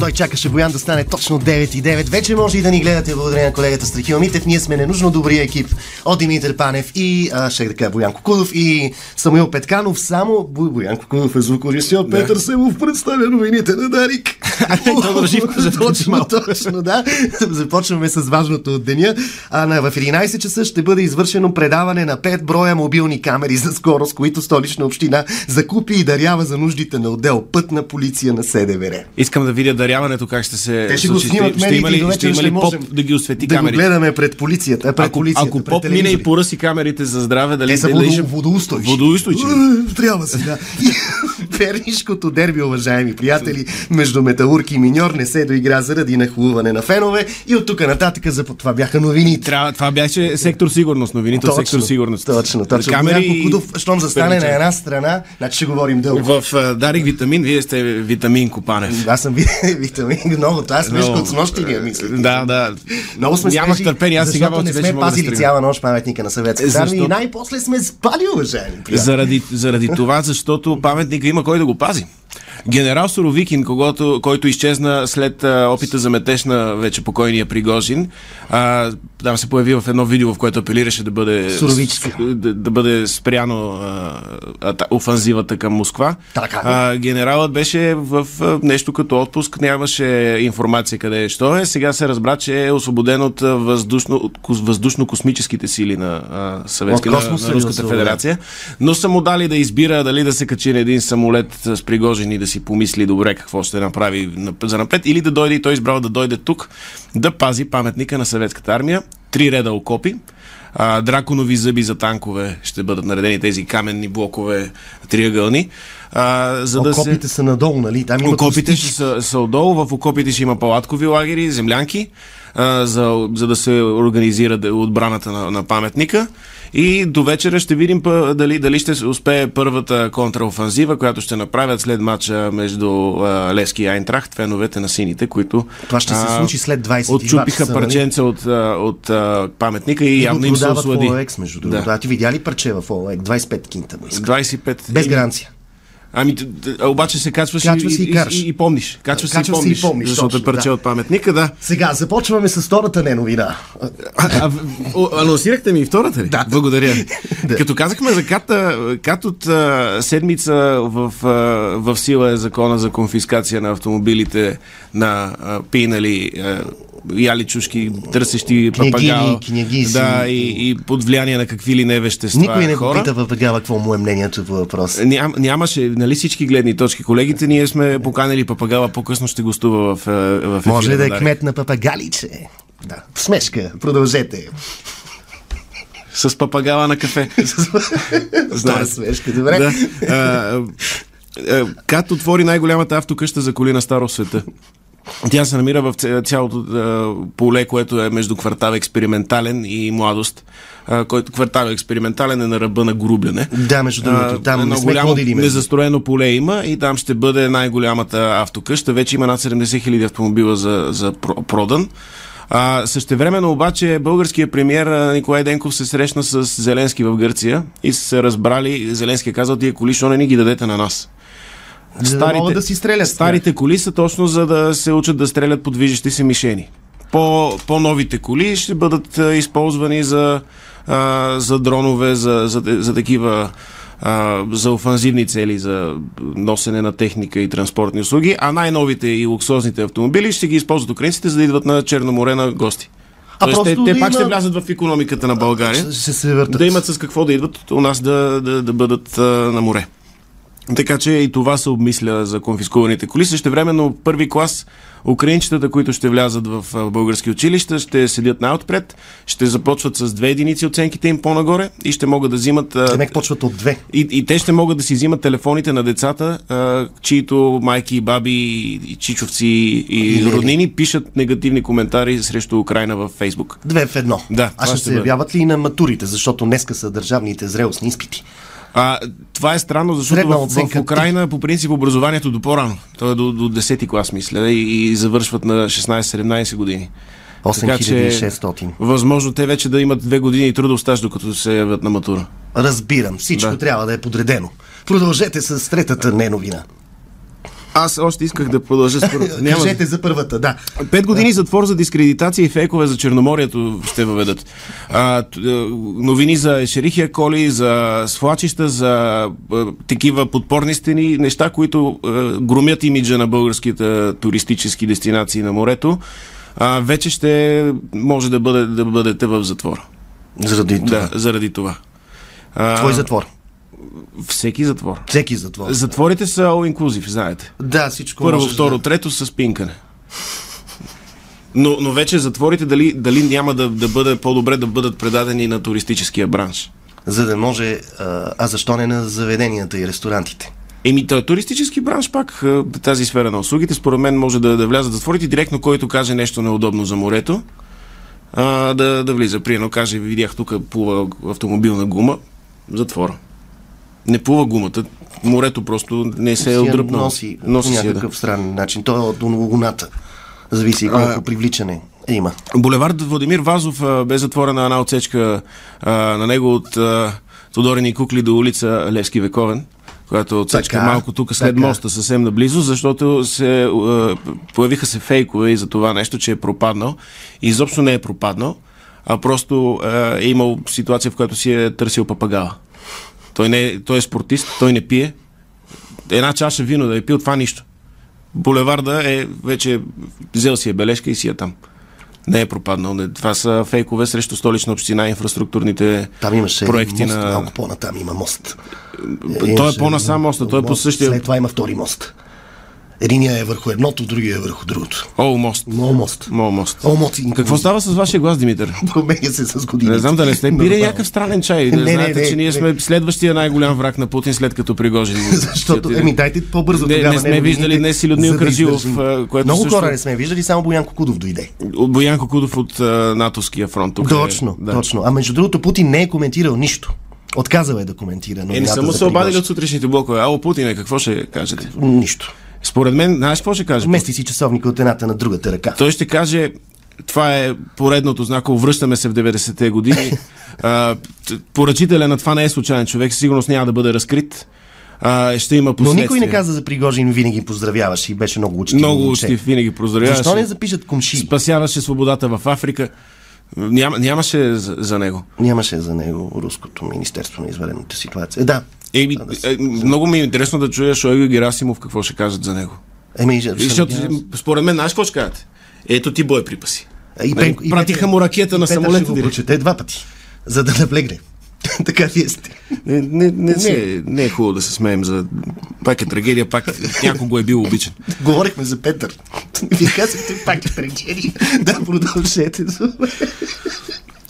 Той чакаше Боян да стане точно 9 и 9. Вече може и да ни гледате благодарение на колегата Страхил Митев. Ние сме ненужно добрия екип от Димитър Панев и, а, ще да кажа, Боян Кокудов и Самуил Петканов. Само Бо- Боян Кокудов е звукорежисьор. Петър Семов представя новините на Дарик. Тодор Живков започва Точно, малко. точно, да. Започваме с важното от деня. А, на, в 11 часа ще бъде извършено предаване на 5 броя мобилни камери за скорост, които столична община закупи и дарява за нуждите на отдел пътна полиция на СДВР. Искам да видя даряването, как ще се. Те ще го случи. снимат Е, ще, медиите има и до ли, ще вечер има ще ли поп можем да ги освети да го камерите? гледаме пред полицията, пред ако, полицията, ако пред поп мине и телевизорите. поръси камерите за здраве, дали Те са дали ще- водо, водоустойчиви. Водоустойчиви. Е, Трябва се, да. И Пернишкото дерби, уважаеми приятели, между Металург и Миньор не се доигра заради нахлуване на фенове и от тук нататък за това бяха новините. Трябва, това беше сектор сигурност, новините от сектор сигурност. Точно, точно. Камери Камери... Кудов, и- щом застане на една страна, значи ще говорим дълго. Е, В а, Дарик Витамин, вие сте Витамин Копанев. Аз съм ви- витамин много. Това аз мисля от снощи е ни я мисля. Да, да. Много сме Нямах свежи, търпение, аз сега защото вълци не вече сме мога да пазили стригна. цяла нощ паметника на съветската Защо? армия и най-после сме спали, уважаеми приятели. Е, Заради, заради това, защото паметника има кой да го пази. Генерал Суровикин, когото, който изчезна след а, опита за метеж на вече покойния Пригожин, а, там се появи в едно видео, в което апелираше да бъде, Суровичка. с- да, да бъде спряно а, ата, офанзивата към Москва. Така. А, генералът беше в а, нещо като отпуск, нямаше информация къде е, що е. Сега се разбра, че е освободен от а, въздушно, от кос- въздушно-космическите сили на а, Съветския От на, Космоса ли на е Руската освободен? федерация ситуация, но са му дали да избира дали да се качи на един самолет с Пригожин и да си помисли добре какво ще направи нап- за напред, или да дойде и той избрал да дойде тук да пази паметника на съветската армия. Три реда окопи, а, драконови зъби за танкове ще бъдат наредени тези каменни блокове, триъгълни. А, за да се... Окопите са надолу, нали? Там има Окопите костички. ще са, са отдолу, в окопите ще има палаткови лагери, землянки, а, за, за да се организира да- отбраната на, на паметника. И до вечера ще видим па, дали, дали ще се успее първата контраофанзива, която ще направят след матча между а, Лески и Айнтрахт, феновете на сините, които Това ще се а, случи след 22 Отчупиха часа, нали? парченца от, а, от а, паметника и, И явно го им се продават в ослади. OLX, между другото. Да. А ти видя ли парче в OLX? 25 кинта му иска. 25. Без Ими, гаранция. Ами, т- т- а, обаче се качваш, Качва се и караш. и, и, помниш. Качва Качва, се и се и помниш, помниш. Защото точно, е парче да. от паметника, да. Сега, започваме с втората не новина. А, а, о, анонсирахте ми и втората ли? Да. Благодаря. Да. Като казахме за ката, кат от а, седмица в, а, в сила е закона за конфискация на автомобилите на а, пинали а, яли чушки, търсещи папагал. княгиси. Да, и, и под влияние на какви ли не вещества Никой не го е хора. пита в тогава какво му е мнението по въпроса. Ням, нямаше, нали всички гледни точки. Колегите ние сме поканили папагала, по-късно ще гостува в, а, в ефира нали? Може ли да е Дарик. кмет на папагаличе? Да. Смешка, продължете. С папагала на кафе. Втора смешка, е добре. Да. А, а, а, Кат отвори най-голямата автокъща за коли на Старо света. Тя се намира в ця- цялото а, поле, което е между квартал Експериментален и Младост. а, който квартал Експериментален е на ръба на грубляне. Да, между другото, там не едно сме голямо ходили, между- незастроено поле има и там ще бъде най-голямата автокъща. Вече има над 70 хиляди автомобила за, за про- продан. А, същевременно обаче българския премьер а, Николай Денков се срещна с Зеленски в Гърция и са се разбрали, Зеленски е казал, тия коли, що не ни ги дадете на нас. За да могат да си стрелят. с тях. Старите коли са точно за да се учат да стрелят по движещи се мишени. По, по-новите коли ще бъдат а, използвани за, а, за дронове, за, за, за такива а, за офанзивни цели, за носене на техника и транспортни услуги, а най-новите и луксозните автомобили ще ги използват украинците, за да идват на Черноморе на гости. А Тоест, те, просто те да пак има- ще влязат в економиката на България Ще се въртат. да имат с какво да идват у нас да, да, да бъдат а, на море. Така че и това се обмисля за конфискуваните коли. Също времено първи клас украинчетата, които ще влязат в а, български училища, ще седят най-отпред, ще започват с две единици оценките им по-нагоре и ще могат да взимат... а, Те нека почват от две. и, и те ще могат да си взимат телефоните на децата, а, чието майки и баби и чичовци и роднини пишат негативни коментари срещу Украина във Фейсбук. Две в едно. Да, а това ще ще се бъде. явяват ли и на матурите, защото днеска са държавните зрелостни изпити? А, това е странно, защото Средна в, в оценка Украина по принцип образованието до по-рано. То е до, до 10-ти клас, мисля, и, и завършват на 16-17 години. Така че, 8600. възможно те вече да имат две години трудов стаж, докато се явят на матура. разбирам. Всичко Да. трябва да е подредено. Продължете с третата не новина. Аз още исках да продължа с първата. Няма... Кажете за първата, да. Пет години затвор за дискредитация и фейкове за Черноморието ще въведат. А, т- а, новини за Ешерихия коли, за свлачища, за а, такива подпорни стени, неща, които а, громят имиджа на българските туристически дестинации на морето. А, вече ще може да, бъде, да бъдете в затвора. Заради това. Да, заради това. Твой затвор. Всеки затвор. Всеки затвор. Затворите са all inclusive, знаете. Да, всичко Първо, можеш второ, Да. трето с пинкане. Но, но вече затворите дали, дали няма да, да бъде по-добре да бъдат предадени на туристическия бранш? За да може... А, а защо не на заведенията и ресторантите? Еми, та, туристически бранш пак, а, тази сфера на услугите, според мен може да, да влязат в затворите директно, който каже нещо неудобно за морето, а, да, да влиза. Приедно каже, видях тук плува автомобилна гума, затвора. Не плува гумата, морето просто не се Си е я отдръпнало. Носи, носи Носи си я, да. някакъв странен начин. Той е от луната. Зависи колко привличане има. Булевард Владимир Вазов а, бе затворена една отсечка а, на него от а, Тодорини кукли до улица Левски Вековен, която е отсечка Така, малко тук след така. моста съвсем наблизо, защото се, а, появиха се фейкове и за това нещо, че е пропаднал. И изобщо не е пропаднал, а просто а, е имал ситуация, в която си е търсил папагала. Той, не, е- той е спортист, той не пие. Една чаша вино да е пил, това нищо. Булеварда е вече взел си е бележка и си е там. Не е пропаднал. Не. Това са фейкове срещу столична община, инфраструктурните Там имаше проекти мост, на... малко по-натам има мост. Той е Имаше по-насам моста, той е по мост, същия... След това има втори мост. Единия е върху едното, другия е върху другото. О, мост. Много мост. О, мост. О, мост. и- Какво става с вашия глас, Димитър? Променя се с годините. Не знам да не сте пили Нормално. някакъв странен чай. Не, Да не, знаете, не, че ние не. сме следващия най-голям враг на Путин след като Пригожин. Защото, еми, дайте по-бързо Не, тогава. не сме новините, виждали днес и за да Людмил Караджилов, издържим. а, което Много също- хора не сме виждали, само Боян Кокудов дойде. От Боян Кокудов от а, натовския фронт. Тук е. Точно, Да. точно. А между другото, Путин не е коментирал нищо. Отказал е да коментира. Е, не новината са му за се обадили Пригожин. от сутрешните блокове. Ало, Путине, какво ще кажете? Нищо. Според мен, знаеш какво ще каже? Путин? Мести си часовника от едната на другата ръка. Той ще каже, това е поредното знаково, връщаме се в 90-те години. А, т- поръчителя на това не е случайен човек, със сигурност няма да бъде разкрит. А, ще има Но последствия. никой не каза за Пригожин, винаги поздравяваш и беше много учтив. Много момче. учтив, винаги поздравяваше. Защо не е запишат комши? Спасяваше свободата в Африка. Няма, нямаше за, за него. Нямаше за него руското министерство на извънредната ситуация. Е, Да. Е, е, много ми е интересно да чуя Шойгу и Герасимов какво ще кажат за него. Еми, ще- Защото, ще- според мен, знаеш какво ще кажат? Ето ти боеприпаси. И Нали, Пенко- и пратиха Петър- му ракета и на Петър самолета Ще го директно. прочете два пъти, за да навлегне. така вие сте. Не, не, не, не. не е хубаво да се смеем за... Пак е трагедия, пак някого е бил обичан. Говорихме за Петър. Вие казахте пак е трагедия. да, продължете.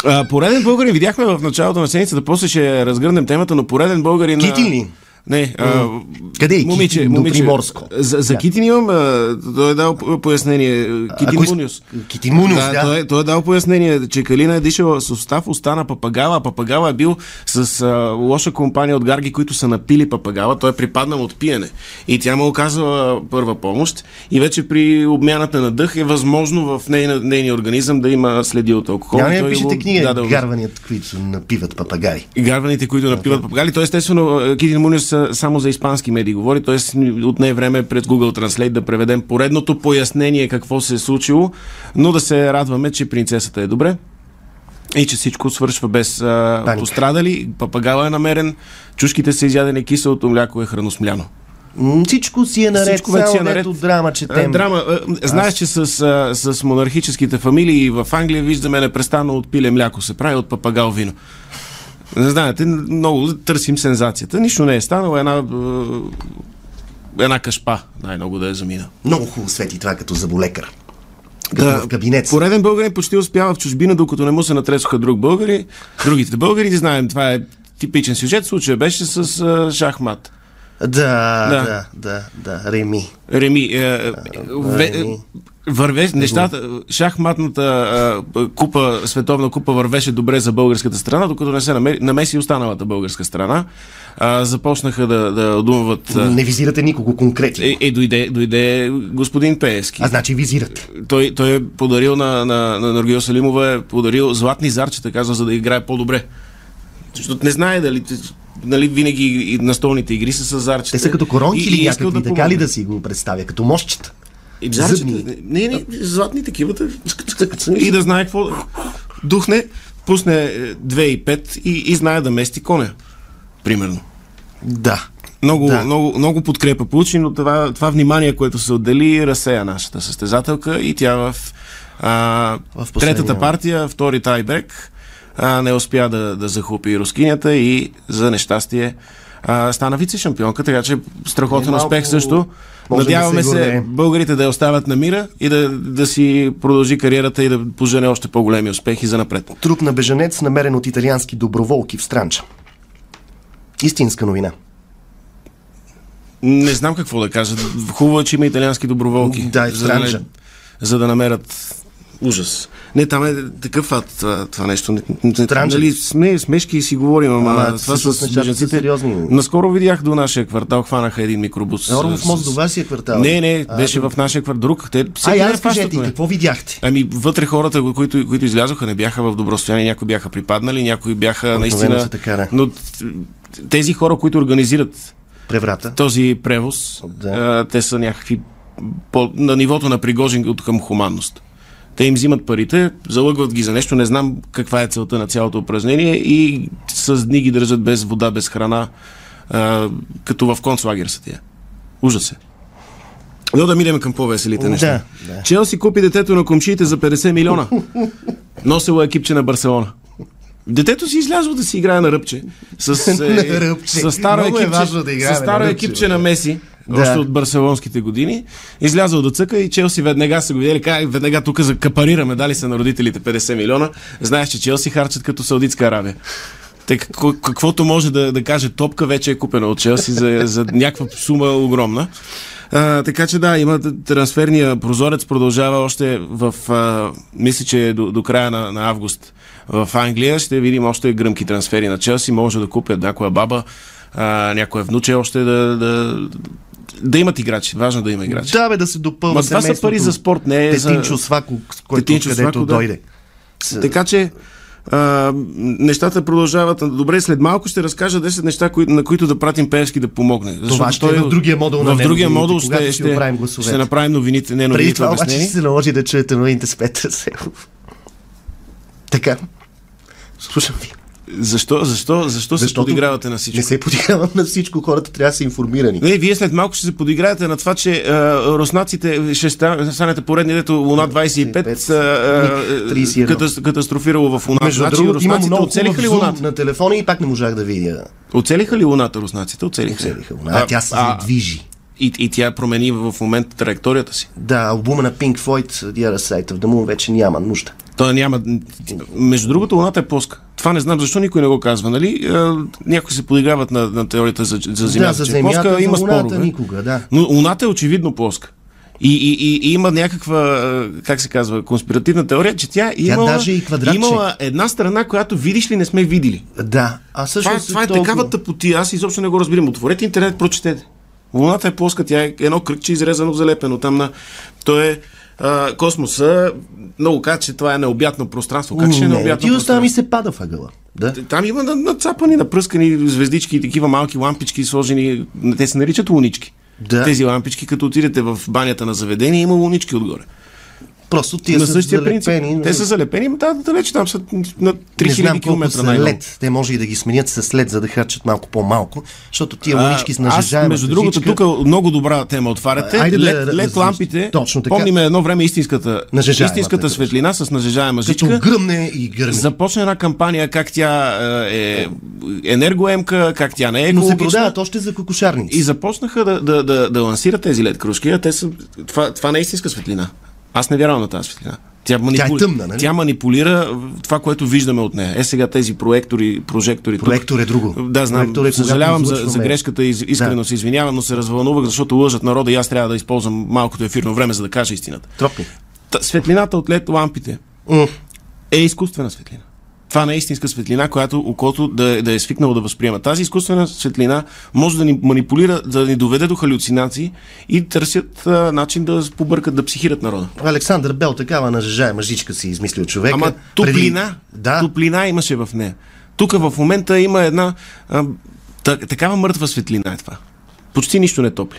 А, пореден българин видяхме в началото на седмицата, после ще разгърнем темата, но пореден българин... а- Кити ли? Не, а, Къде е момиче, Китин? До момиче. Приморско. За, за Китин имам, а, той е дал п- пояснение. Китин Ако из- Муниус. Китин Муниус, да. Той, е- той е дал пояснение, че Калина е дишала с устав уста на папагала, а папагала е бил с а, лоша компания от гарги, които са напили папагала. Той е припаднал от пиене. И тя му е оказала първа помощ. И вече при обмяната на дъх е възможно в нейна, нейния организъм да има следи от алкохол. Няма ли Той е да го пишете книга даде в- Гарваният, които напиват папагари. гарваните, които напиват папагали. Той естествено, е, Китин Муниус а, само за испански медии говори, т.е. отне време пред Google Translate да преведем поредното пояснение какво се е случило, но да се радваме, че принцесата е добре и че всичко свършва без а, Паника. пострадали. Папагала е намерен, чушките са изядени, киселото мляко е храносмляно. М, Всичко си е наред, Всичко вече само е наред. дето драма Е, четем. драма. е, Знаеш, че с, а, с монархическите фамилии в Англия виждаме непрестанно от пиле мляко се прави, от папагал вино. Не знаете, много търсим сензацията. Нищо не е станало. Една, е, една кашпа най-много да е замина. Много хубаво свети това като заболекар. Като в кабинет. Пореден българин почти успява в чужбина, докато не му се натресоха друг българи. Другите българи, знаем, това е типичен сюжет. Случая беше с а, шахмат. Да, да, да, да, Реми. Реми, е, е, ве, е, върве, нещата, шахматната е, е, купа, световна купа вървеше добре за българската страна, докато не се намери, намеси останалата българска страна. А, започнаха да, да думават... е, Не визирате никого конкретно. Е, е, дойде, дойде господин Пеевски. А значи визирате. Той, той е подарил на, на, на Наргио Салимова, е подарил златни зарчета, казва, за да играе по-добре. Защото не знае дали нали, винаги и настолните игри са с зарчета. Те са като коронки И- или и е искал някакви, да така ли помогне. да си го представя? Като мощчета. И зарчета. Зъбни. Не, не, златни такива. да- И да знае какво. Духне, пусне е, 2 и 5 и, и знае да мести коня. Примерно. Да. Много, Да. да. много, много подкрепа получи, но това, това внимание, което се отдели, разсея нашата състезателка и тя в, а, В в последния третата партия, втори тайбрек, а, не успя да, да захупи рускинята и за нещастие а, стана вице-шампионка, така че страхотен Е, малко успех също. може да Надяваме се се, гордеем. българите да я оставят на мира и да, да си продължи кариерата и да пожене още по-големи успехи за напред. Труп на беженец, намерен от италиански доброволки в Странча. Истинска новина. Не знам какво да кажа. Хубаво е, че има италиански доброволки. Да, и за, да странджа. не, за да намерят ужас. Не, там е такъв ад, това, това нещо. Не, не, Странджа. нали, сме, смешки си говорим, ама, Ама, това всъщност с нещата са бежанците... сериозни. Наскоро видях до нашия квартал, хванаха един микробус. с- Орлов мост с- до вас си е квартал. Не, не, беше в нашия квартал. Друг. Те, А, всеки я ден разкажете, фащат, и ме. какво видяхте? Ами, вътре хората, които, които излязоха, не бяха в добро състояние. Някои бяха припаднали, някои бяха са наистина. така, да. Но т- тези хора, които организират Преврата. този превоз, Да. да. а, те са някакви по, на нивото на Пригожин от към хуманност. Те им взимат парите, залъгват ги за нещо, не знам каква е целта на цялото упражнение и с дни ги държат без вода, без храна, а, като в концлагер са тия. Ужас е. Но да минем към по-веселите неща. Да, да. Челси купи детето на комшиите за 50 милиона. Носило е кипче на Барселона. Детето си излязло да си играе на ръбче. С, е, На ръбче. с старо Много е екипче, важно да играе с на старо ръбче, екипче бе. на Меси, Да. да. още от барселонските години. Излязъл да цъка и Челси веднага са го видели. Кай, веднага тук закапарираме, дали са на родителите 50 милиона. Знаеш, че Челси харчат като Саудитска Арабия. Те, какво, каквото може да, да каже топка, вече е купена от Челси за, за някаква сума огромна. А, така че да, има т- трансферния прозорец, продължава още в, а, мисля, че е до, до края на, на август в Англия. Ще видим още гръмки трансфери на Челси. Може да купят някоя баба, а, някоя внуче още да, да, да имат играчи. Важно да има играчи. Да, бе, да се допълва е Ма това са семейството. пари за спорт, не е за... Тетинчо Свако, с който Тетинчо където Свако, да. дойде. Така че а, нещата продължават. Добре, след малко ще разкажа 10 неща, кои, на които да пратим Певски да помогне. Защото ще е в другия модул на в другия новините, модул когато ще, си оправим гласовете. ще направим новините, не Преди новините това обаче ще обяснени. се наложи да чуете новините с Петър Селов. Така. Слушам ви. Защо, защо, защо се Защото подигравате на всичко? Не се подигравам на всичко, хората трябва да са информирани. Не, Е, вие след малко ще се подиграете на това, че а, руснаците ще ста- станете поредни, дето Луна 25 а, а, 31. катас- катастрофирало в Луна. Между значи другото, имам руснаците много оцелиха хубав ли зум Луната? на телефона и пак не можах да видя. Оцелиха ли Луната руснаците? Оцелиха. Целиха Луна. А, тя се движи. и, и тя промени в момента траекторията си. Да, албума на Pink Floyd, The Other Side of the Moon, вече няма нужда. Той няма. Между другото, луната е плоска. Това не знам защо никой не го казва, нали? А, Някои се подиграват на, на теорията за, за Земята. да, за че е Земята, плоска, за има Луната спорове. никога, да. Но луната е очевидно плоска. И, и, и, и има някаква, а, как се казва, конспиративна теория, че тя, имала, даже и квадратче. имала една страна, която видиш ли не сме видели. Да, а също Това, това е такава тъпотия, аз изобщо не го разбирам. Отворете интернет, прочетете. Луната е плоска, тя е едно кръгче изрезано, залепено там на... То е а, космоса. Много казват, че това е необятно пространство. Как ще е Не, необятно ти оставам и пространство? се пада въгъла. Да. Там има на- нацапани, напръскани звездички и такива малки лампички сложени. Те се наричат лунички. Да. Тези лампички, като отидете в банята на заведение, има лунички отгоре. Просто тия на са същия залепени. принцип. Те са залепени, да, далече там са не на 3000 знам колко км са най-много. лед. Те може и да ги сменят с лед, за да харчат малко по-малко, защото тия А, лунички с Аз, нажежаема между другото, тежичка- тук много добра тема отваряте. Айде Айде да лед, раз- лед размисли. лампите. Точно така. Помним едно време истинската, Нажежаемата, истинската като- светлина с нажежаема като жичка. гръмне и гърми. Започна една кампания как тя е, е енергоемка, как тя не е Но се екологична. продават още за кокошарници. И започнаха да, да, да, да лансират тези лед кружки. а Те са, това, това не е истинска светлина. Аз не вярвам на тази светлина. Тя, манипули... тъмна, нали? тя манипулира това, което виждаме от нея. Е сега тези проектори, прожектори. тук. Проектор е друго. Да, знам. Проектор е, когато Съжалявам за, за излъчваме- грешката и из- искрено Да. се извинявам, но се развълнувах, защото лъжат народа и аз трябва да използвам малкото ефирно време, за да кажа истината. Тропни. Та, светлината от лед лампите М. е изкуствена светлина. Това не е истинска светлина, която окото да, е- да е свикнало да възприема. Тази изкуствена светлина може да ни манипулира, да ни доведе до халюцинации и търсят а, начин да побъркат, да психират народа. Александър Бел такава нажежаема жичка си измислил човека. Ама топлина, Преди... Да, топлина имаше в нея. Тук в момента има една а, та- такава мъртва светлина е това. Почти нищо не топли.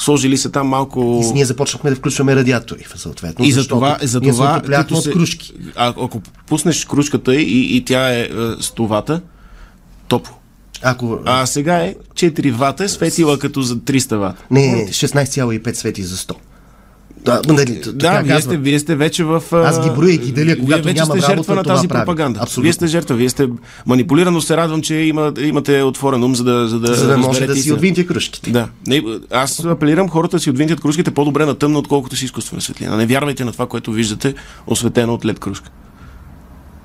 Сложили се там малко... И с- ние започнахме да включваме радиатори, съответно. И за защото това, за ние се това отопляхме от кружки. А, ако пуснеш кружката и, и тя е, е с товата, топло. Ако... А сега е 4 вата, е светила като за 300 вата. Не, не, 16,5 свети за 100. Да, нали, т- Да, така вие казват. сте, вие сте вече в... а, Аз ги броя и ги деля, когато вие вече нямам сте работа, жертва на това тази правя. пропаганда. Абсолютно. Вие сте жертва, вие сте манипулирано. Се радвам, че има, имате отворен ум, за да... За да, За да може разберете да си истината. отвинте кружките. Да. Не, аз апелирам хората да си отвинтят кружките по-добре на тъмно, отколкото си изкуствена светлина. Не вярвайте на това, което виждате, осветено от лед кружка.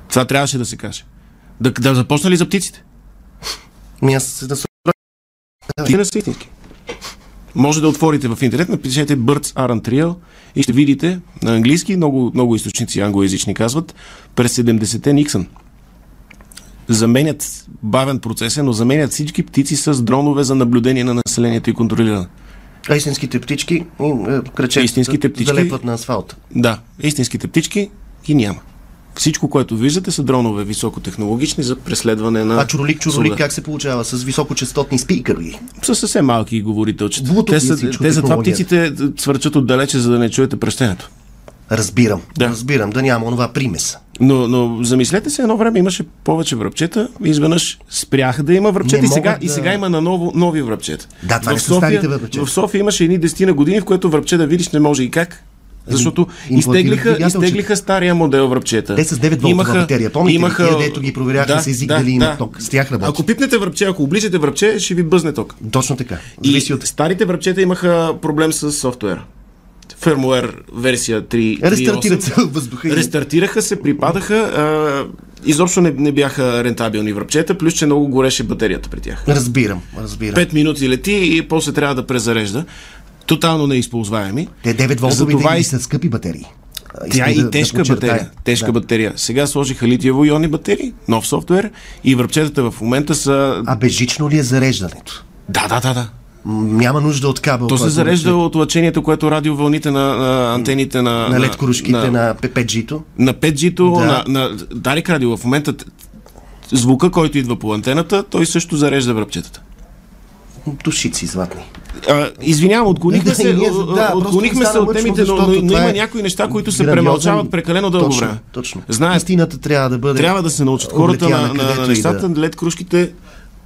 Това трябваше да се каже. Да, да започна ли за птиците? Ми Ами аз се насо- Ти не са истински. Може да отворите в интернет, напишете Birds Aren't Real и ще видите на английски, много, много източници англоязични казват, през 70-те Никсън. Заменят, бавен процес е, но заменят всички птици с дронове за наблюдение на населението и контролиране. А истинските птички, им, е, кръчетата, Истинските птички- залепват на асфалта. Да, истинските птички ги няма. Всичко, което виждате, са дронове високотехнологични за преследване на. А чуролик, чуролик, суда. как се получава? С високочастотни спикъри. Са съвсем малки говорителчета. Блутук те, и са, всичко те затова технология. птиците свърчат отдалече, за да не чуете пръщенето. Разбирам. Да. Разбирам, да няма онова примеса. Но, но замислете се, едно време имаше повече връбчета, изведнъж спряха да има връбчета Не и сега, могат и да- сега има наново нови връбчета. Да, това в не са София, старите връбчета. В София имаше едни десетина години, в което връбче да видиш не може и как. Защото им платили изтеглиха, двигателчета. изтеглиха стария модел връбчета. Те с 9 волтова батерия, помните ли? Тия, дето ги проверяха с език дали имат ток. С тях работи. Ако пипнете връбче, ако оближете връбче, ще ви бъзне ток. Точно така. Зависи И от... от... старите връбчета имаха проблем с софтуера. Фермуер версия 3. Рестартират 3.8. се във въздуха. и- Рестартираха се, припадаха. А, изобщо не, не бяха рентабилни връбчета, плюс че много гореше батерията при тях. Разбирам, разбирам. Пет минути лети и после трябва да презарежда. Тотално неизползваеми. Те 9 Затова волтовите и и- са скъпи батерии. А, Тя искам и да- да тежка подчертая. батерия. Тежка Да. батерия. Сега сложиха литиево-ионни батерии, нов софтуер и връбчетата в момента са... А безжично ли е зареждането? Да, да, да, да. М, Няма нужда от кабел. То се който- зарежда от лъчението, което радиовълните на, на антените на... на лед кружките на, на, на 5G-то. на 5G-то, Да. на, на Дарик Радио в момента т- звука, който идва по антената, той също зарежда връбчетата. Душици златни. Е, А, извинявам, отклонихме Да, се, и ние- о- о- да, отклонихме просто се стана от мъчно, темите, но, но, защото но това има е някои неща, които се грандиозен- премълчават прекалено дълго точно, време. Точно. Знаят, Истината трябва да бъде. трябва да се научат хората облетяна на, на, където на и нещата, да- е. лед кружките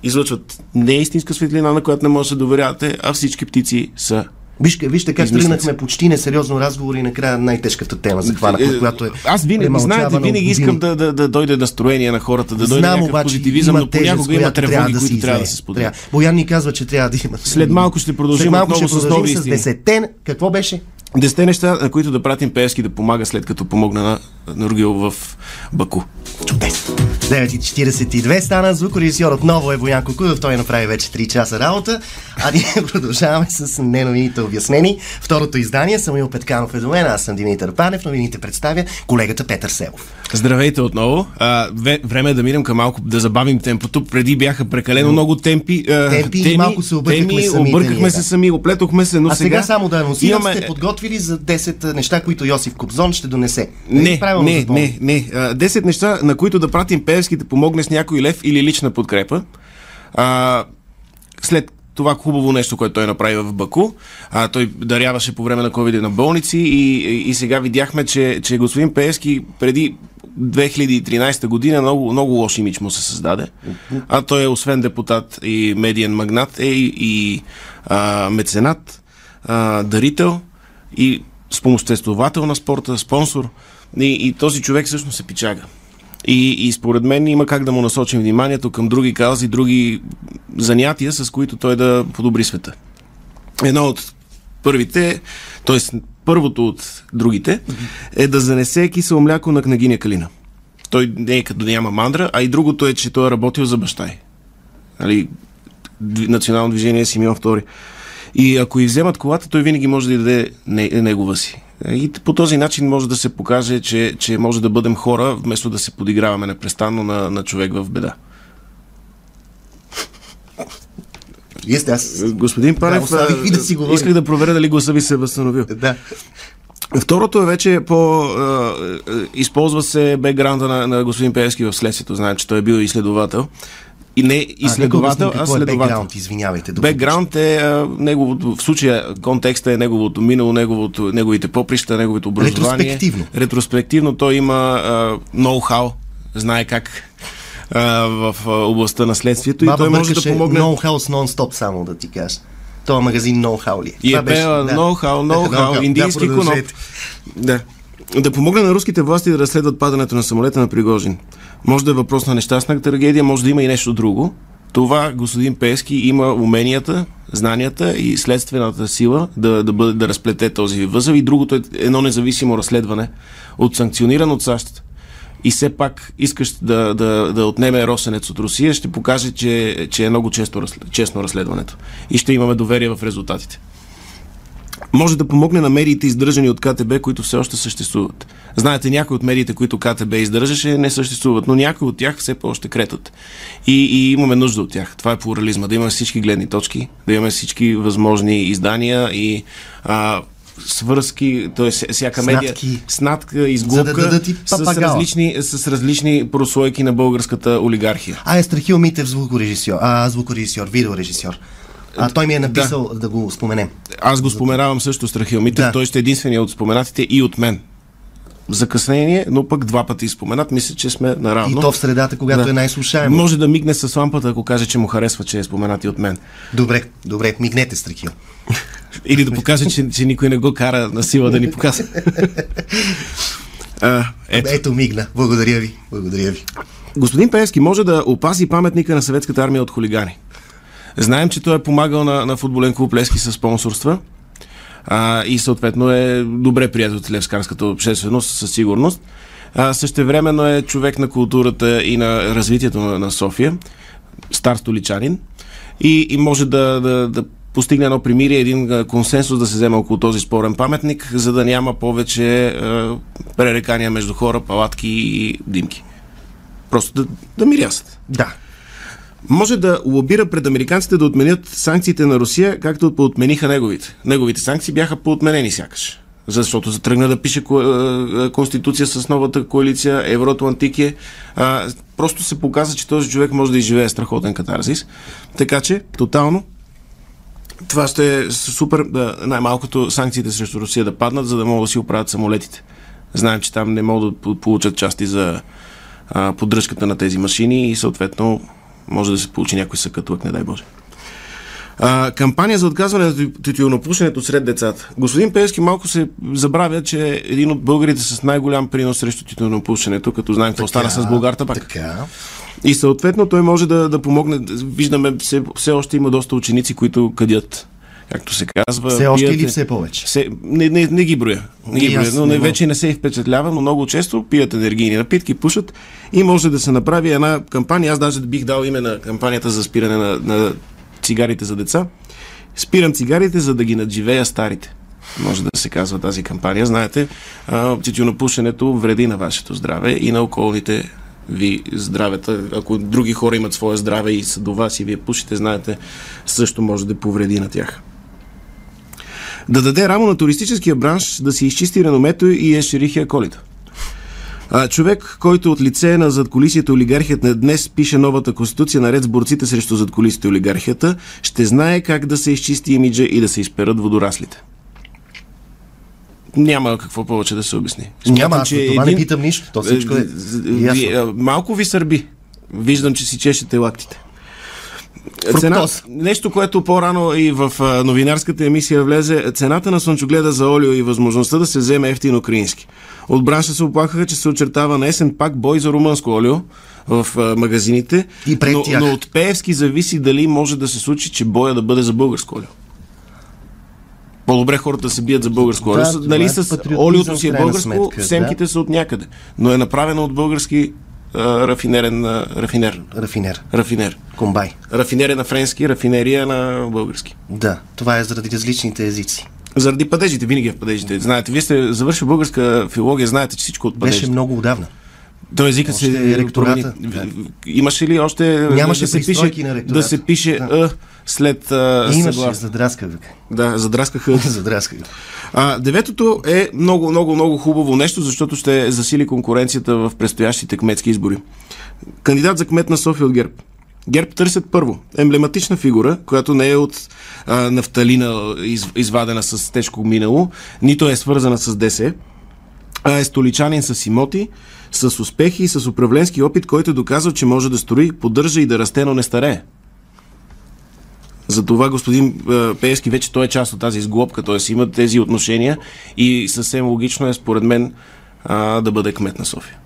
излъчват не истинска светлина, на която не може да се доверявате, а всички птици са. Вижте, вижте как Измислици. тръгнахме почти несериозно разговор и накрая най-тежката тема захванахме, Е, която е. Аз винаги, премълчавана знаете, от винаги години. искам да, да, да дойде настроение на хората, да дойде Знам някакъв обаче, позитивизъм, има но тежест, понякога има която тревоги, трябва да които се трябва да излее. се споделят. Трябва. Боян ни казва, че трябва да има. След малко ще продължим След малко ще отново с нови продължим с истини. 10 Какво беше? Десте неща, на които да пратим Пеевски да помага след като помогна на Нургил в Баку. Чудесно. 9.42 стана звукорежисьор отново е Боян Кокудов. Той направи вече 3 часа работа, а ние продължаваме с неновините обяснени. Второто издание, Самуил Петканов е до мен, аз съм Димитър Панев, новините представя колегата Петър Селов. Здравейте отново. А, ве, време е да минем към малко, да забавим темпото. Преди бяха прекалено много темпи. А, Темпи и малко се объркахме теми, самите объркахме ние, да. се сами, оплетохме се, но А сега, сега само да анонсирам, имаме- сте подготвили за 10 неща, които Йосиф Кобзон ще донесе. Нали Не, Е, Правилно не, запомних. не, не. А, 10 неща, на които да пратим Певски да помогне с някой лев или лична подкрепа. А, след това хубаво нещо, което той направи в Баку. А, той даряваше по време на COVID на болници и, и сега видяхме, че, че господин Пеевски преди 2013 година много, много лош имидж му се създаде. А той е освен депутат и медиен магнат, е и, и а, меценат, а, дарител и спомоществовател на спорта, спонсор. И, и този човек всъщност се пичага. И, и според мен има как да му насочим вниманието към други каузи, други занятия, с които той да подобри света. Едно от първите, т.е. първото от другите, е да занесе кисело мляко на княгиня Калина. Той не е като няма мандра, а и другото е, че той е работил за баща й. Нали, дви- национално движение Симеон II. И ако и вземат колата, той винаги може да й даде не, негова си. И по този начин може да се покаже, че, че може да бъдем хора, вместо да се подиграваме непрестанно на, на човек в беда. Вие сте аз. Господин Панев, оставих а, ви да си говорим. исках да проверя дали гласа ви се е възстановил. Да. Второто е вече по... А, използва се бекграунда на, на господин Певски в следствието. Знае, че той е бил изследовател. И не изследовател, а, а следовател. е Бекграунд, извинявайте. да Бекграунд е а, неговото, в случая контекста е неговото минало, неговото, неговите поприща, неговото образование. Ретроспективно. Ретроспективно той има а, ноу-хау, знае как а, в а, областта на следствието Баба и той може да бъркаше помогне. Ноу-хау с нон-стоп, само да ти кажа. Това магазин ноу-хау ли? е? И Това е пела да. ноу-хау, ноу-хау, Да, индийски коноп. продължете. Да. Да помогне на руските власти да разследват падането на самолета на Пригожин. Може да е въпрос на нещастна трагедия, може да има и нещо друго. Това господин Пески има уменията, знанията и следствената сила да, да, бъде, да разплете този възел. И другото е едно независимо разследване, от санкциониран от САЩ. И все пак искаш да, да, да отнеме Росенец от Русия, ще покаже, че, че е много честно, разслед- честно разследването. И ще имаме доверие в резултатите може да помогне на медиите, издържани от КТБ, които все още съществуват. Знаете, някои от медиите, които КТБ издържаше, не съществуват, но някои от тях все още кретат. И, и имаме нужда от тях. Това е плурализма. Да имаме всички гледни точки, да имаме всички възможни издания и а, свързки, т.е. всяка медия, Снатки. снатка, изгубка, дадат и с, папагала. различни, с различни прослойки на българската олигархия. А е Страхил Митев, звукорежисьор, а, звукорежисьор, видеорежисьор. А, той ми е написал да, го споменем. Аз го споменавам също Страхил Митев. Да. Той ще е единствения от споменатите и от мен. Закъснение, но пък два пъти споменат. Мисля, че сме И наравно. то в средата, когато Да. е най-слушаемо. Може да мигне с лампата, ако каже, че му харесва, че е споменат и от мен. Добре, добре, мигнете Страхил. Или да покаже, че, че никой не го кара на сила да ни показва. А, е, ето. Ето мигна. Благодаря ви. Благодаря ви. Господин Певски може да опази паметника на съветската армия от хулигани. Знаем, че той е помагал на, на футболен клуб Лески с спонсорства а, и съответно е добре приятел от левскарската общественост, със сигурност. А, същевременно е човек на културата и на развитието на, на София, стар столичанин и, и може да, да, да постигне едно примирие, един а, консенсус да се вземе около този спорен паметник, за да няма повече а, пререкания между хора, палатки и димки. Просто да, да мирясат Да. може да лобира пред американците да отменят санкциите на Русия, както поотмениха неговите. Неговите санкции бяха поотменени сякаш. Защото се тръгна да пише ко- а, а, конституция с новата коалиция, Евроатлантики. А, просто се показа, че този човек може да изживее страхотен катарзис. Така че, тотално, това ще е супер, да, най-малкото санкциите срещу Русия да паднат, за да могат да си оправят самолетите. Знаем, че там не могат да по- получат части за а, поддръжката на тези машини и съответно може да се получи някой съкатлък, не дай Боже. А, кампания за отказване на тю- тютюнопушенето сред децата. Господин Певски малко се забравя, че е един от българите с най-голям принос срещу тютюнопушенето, като знаем какво стана с Българта пак. Така. И съответно той може да, да помогне. Виждаме, все, все още има доста ученици, които къдят, както се казва. Все още пият или е- все повече? Все, не, не, не ги броя. Не ги И броя, аз но не не, мога. вече не се и впечатлявам, но много често пият енергийни напитки, пушат и може да се направи една кампания. Аз даже бих дал име на кампанията за спиране на, на цигарите за деца. Спирам цигарите, за да ги надживея старите. Може да се казва тази кампания. Знаете, а, тютюнопушенето вреди на вашето здраве и на околните ви здравета. Ако други хора имат свое здраве и са до вас и вие пушите, знаете, също може да повреди на тях да даде рамо на туристическия бранш, да си изчисти реномето и ешерихия колита. А, човек, който от лице на задколисието олигархията днес пише новата конституция наред с борците срещу задколисието олигархията, ще знае как да се изчисти имиджа и да се изперат водораслите. Няма какво повече да се обясни. Няма, аз за това не питам нищо, то всичко е Е, е, ясно. е, Малко ви сърби. Виждам, че си чешете лактите. Фруктоза. нещо, което по-рано и в а, новинарската емисия влезе, цената на слънчогледа за олио и възможността да се вземе ефтин украински. От бранша се оплакаха, че се очертава на есен пак бой за румънско олио в а, магазините, И пред но, тях. но от Пеевски зависи дали може да се случи, че боя да бъде за българско олио. По-добре хората да се бият за българско Да, олио. това нали, е с патриотизъм, олиото си в е крайна българско, сметка, семките са от някъде. Но е направено от български а, рафинерен а, рафинер. Рафинер. Рафинер. Комбай. Рафинерия на френски, рафинерия на български. Да. Това е заради различните езици. Заради падежите, винаги е в падежите. Знаете, вие сте завършили българска филология, знаете, че всичко от Беше падежите. много отдавна. То езикът Още се промени. ректората, да. Имаше ли още Нямаше да се пише, пристройки на да ректората. се пише да. след а, Имаше, съгласие? задрасках го. Да, задраскаха. Е, Задрасках го. А, деветото е много, много, много хубаво нещо, защото ще засили конкуренцията в предстоящите кметски избори. Кандидат за кмет на София от ГЕРБ. ГЕРБ търсят първо емблематична фигура, която не е от а, нафталина, из, извадена с тежко минало, нито е свързана с ДС, а е столичанин с имоти, с успехи и с управленски опит, който доказва, че може да строи, поддържа и да расте, но не старее. Затова господин а, Пеевски вече той е част от тази сглобка, т.е. имат тези отношения и съвсем логично е според мен а, да бъде кмет на София.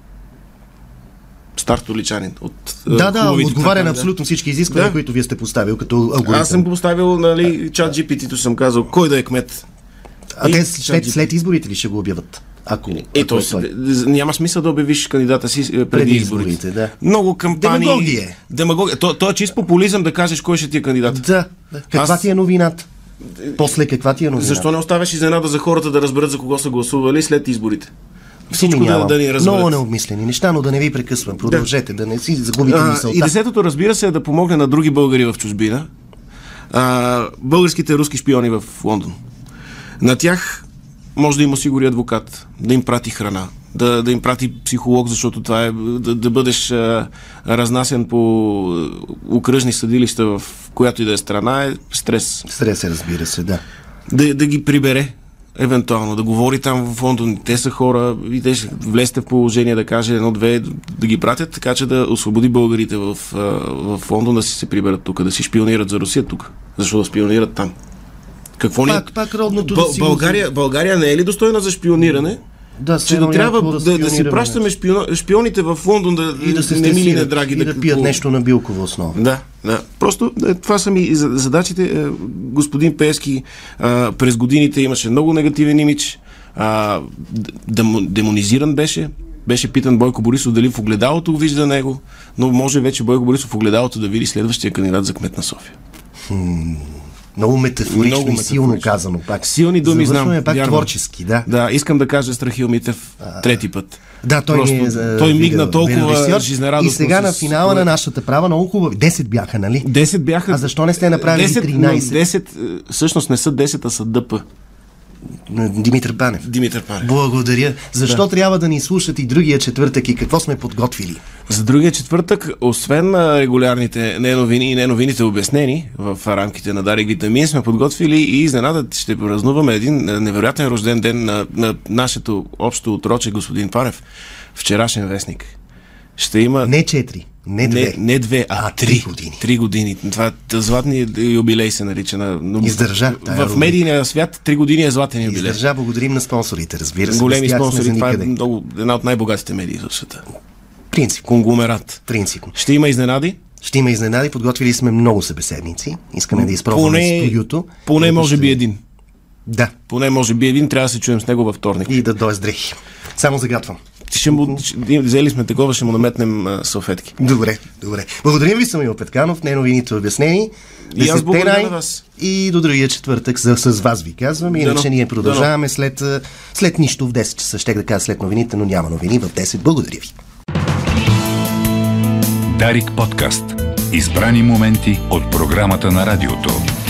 Стар столичанин. От, а, Да, да, хубавите отговаря на кандидати. абсолютно всички изисквания, Да. които вие сте поставил като алгоритъм. Аз съм го поставил, нали, чат GPT-то съм казал, кой да е кмет. А И те чат след, GPT. след изборите ли ще го обяват? Ако, Е, ако то, той. се- няма смисъл да обявиш кандидата си е, преди, Преди преди изборите, изборите. да. Много кампании. Демагогия е. Демагогия. То, то е чист популизъм да кажеш кой ще ти е кандидат. Да. да. Каква Аз- ти е новината? После каква ти е новината? Защо не оставяш изненада за хората да разберат за кого са гласували след изборите? Всичко Думи да, нямам. да ни разберат. Много необмислени неща, но да не ви прекъсвам. Продължете, да, не си загубите А, мисълта. и десетото, разбира се, е да помогне на други българи в чужбина. А, българските руски шпиони в Лондон. На тях може да им осигури адвокат, да им прати храна, да, да им прати психолог, защото това е да, да бъдеш а, разнасен по а, окръжни съдилища в която и да е страна е стрес. Стрес е, разбира се, да. Да, да ги прибере, евентуално, да говори там в Лондон. Те са хора, и те ще влезте в положение да каже едно-две, да ги пратят, така че да освободи българите в, а, в Лондон да си се приберат тук, да си шпионират за Русия тук. Защо да шпионират там? Какво ни... е? Пак, пак родното Бъл- да си го- България, България не е ли достойна за шпиониране? Да, все Че да едно някакво трябва да, да си разпионираме. пращаме шпиона, шпионите в Лондон да, и да се не мили не стресират, драги и да, пият нещо на билкова основа. да, да. Просто е, това са ми и за- задачите. Е, Господин Пески а, през годините имаше много негативен имидж. А, д- демо- демонизиран беше. Беше питан Бойко Борисов дали в огледалото го вижда него, но може вече Бойко Борисов в огледалото да види следващия кандидат за кмет на София. Много метафорично Много и силно метафорично. казано пак. Силни думи Завършваме знам. пак вярвам. творчески, да. Да, искам да кажа Страхил Митев трети път. Да, той, Просто, ни е, за- той видео- мигна толкова видеорежисьор. жизнерадостно. И сега на с- финала на нашата права много хубави. 10 бяха, нали? 10 бяха. А защо не сте направили 10, 13? 10, е, всъщност не са 10, а са ДП. Димитър Банев. Димитър Панев. Благодаря. Защо трябва да ни слушат и другия четвъртък и какво сме подготвили? За другия четвъртък, освен а, регулярните неновини и неновините обяснени в рамките на Дари Гитамин, сме подготвили и изненада ще празнуваме един а, невероятен рожден ден на, на нашето общо отроче, господин Панев. Вчерашен вестник. Ще има... Не 4, не 2. Не, не две, а, А, три три години. Три години. Това т- златни юбилей се нарича. На, но- Издържа тая В рубрика. медийния свят три години е златен юбилей. Издържа, благодарим на спонсорите, разбира се. Големи Без тях сме за спонсори. Това е никъде. много, една от най-богатите медии в света. Принцип, Конгломерат. принципно. Ще има изненади. Ще има изненади, подготвили сме много събеседници. Искаме да изпробваме студиото. поне Което може ще- би един. Да, Поне може би един, трябва да се чуем с него във вторник. и да дойде с дрехи. Само загатвам. Ще му, ще, взели сме такова, ще му наметнем а, салфетки. Добре, добре. Благодарим ви, Самил Петканов, не е новините обяснени. И аз Десетте благодаря най- на вас. И до другия четвъртък с, с вас ви казвам. Иначе Дано. ние продължаваме след, а, след нищо в 10 часа. Щях да кажа след новините, но няма новини в 10. Благодаря ви. Дарик подкаст. Избрани моменти от програмата на радиото.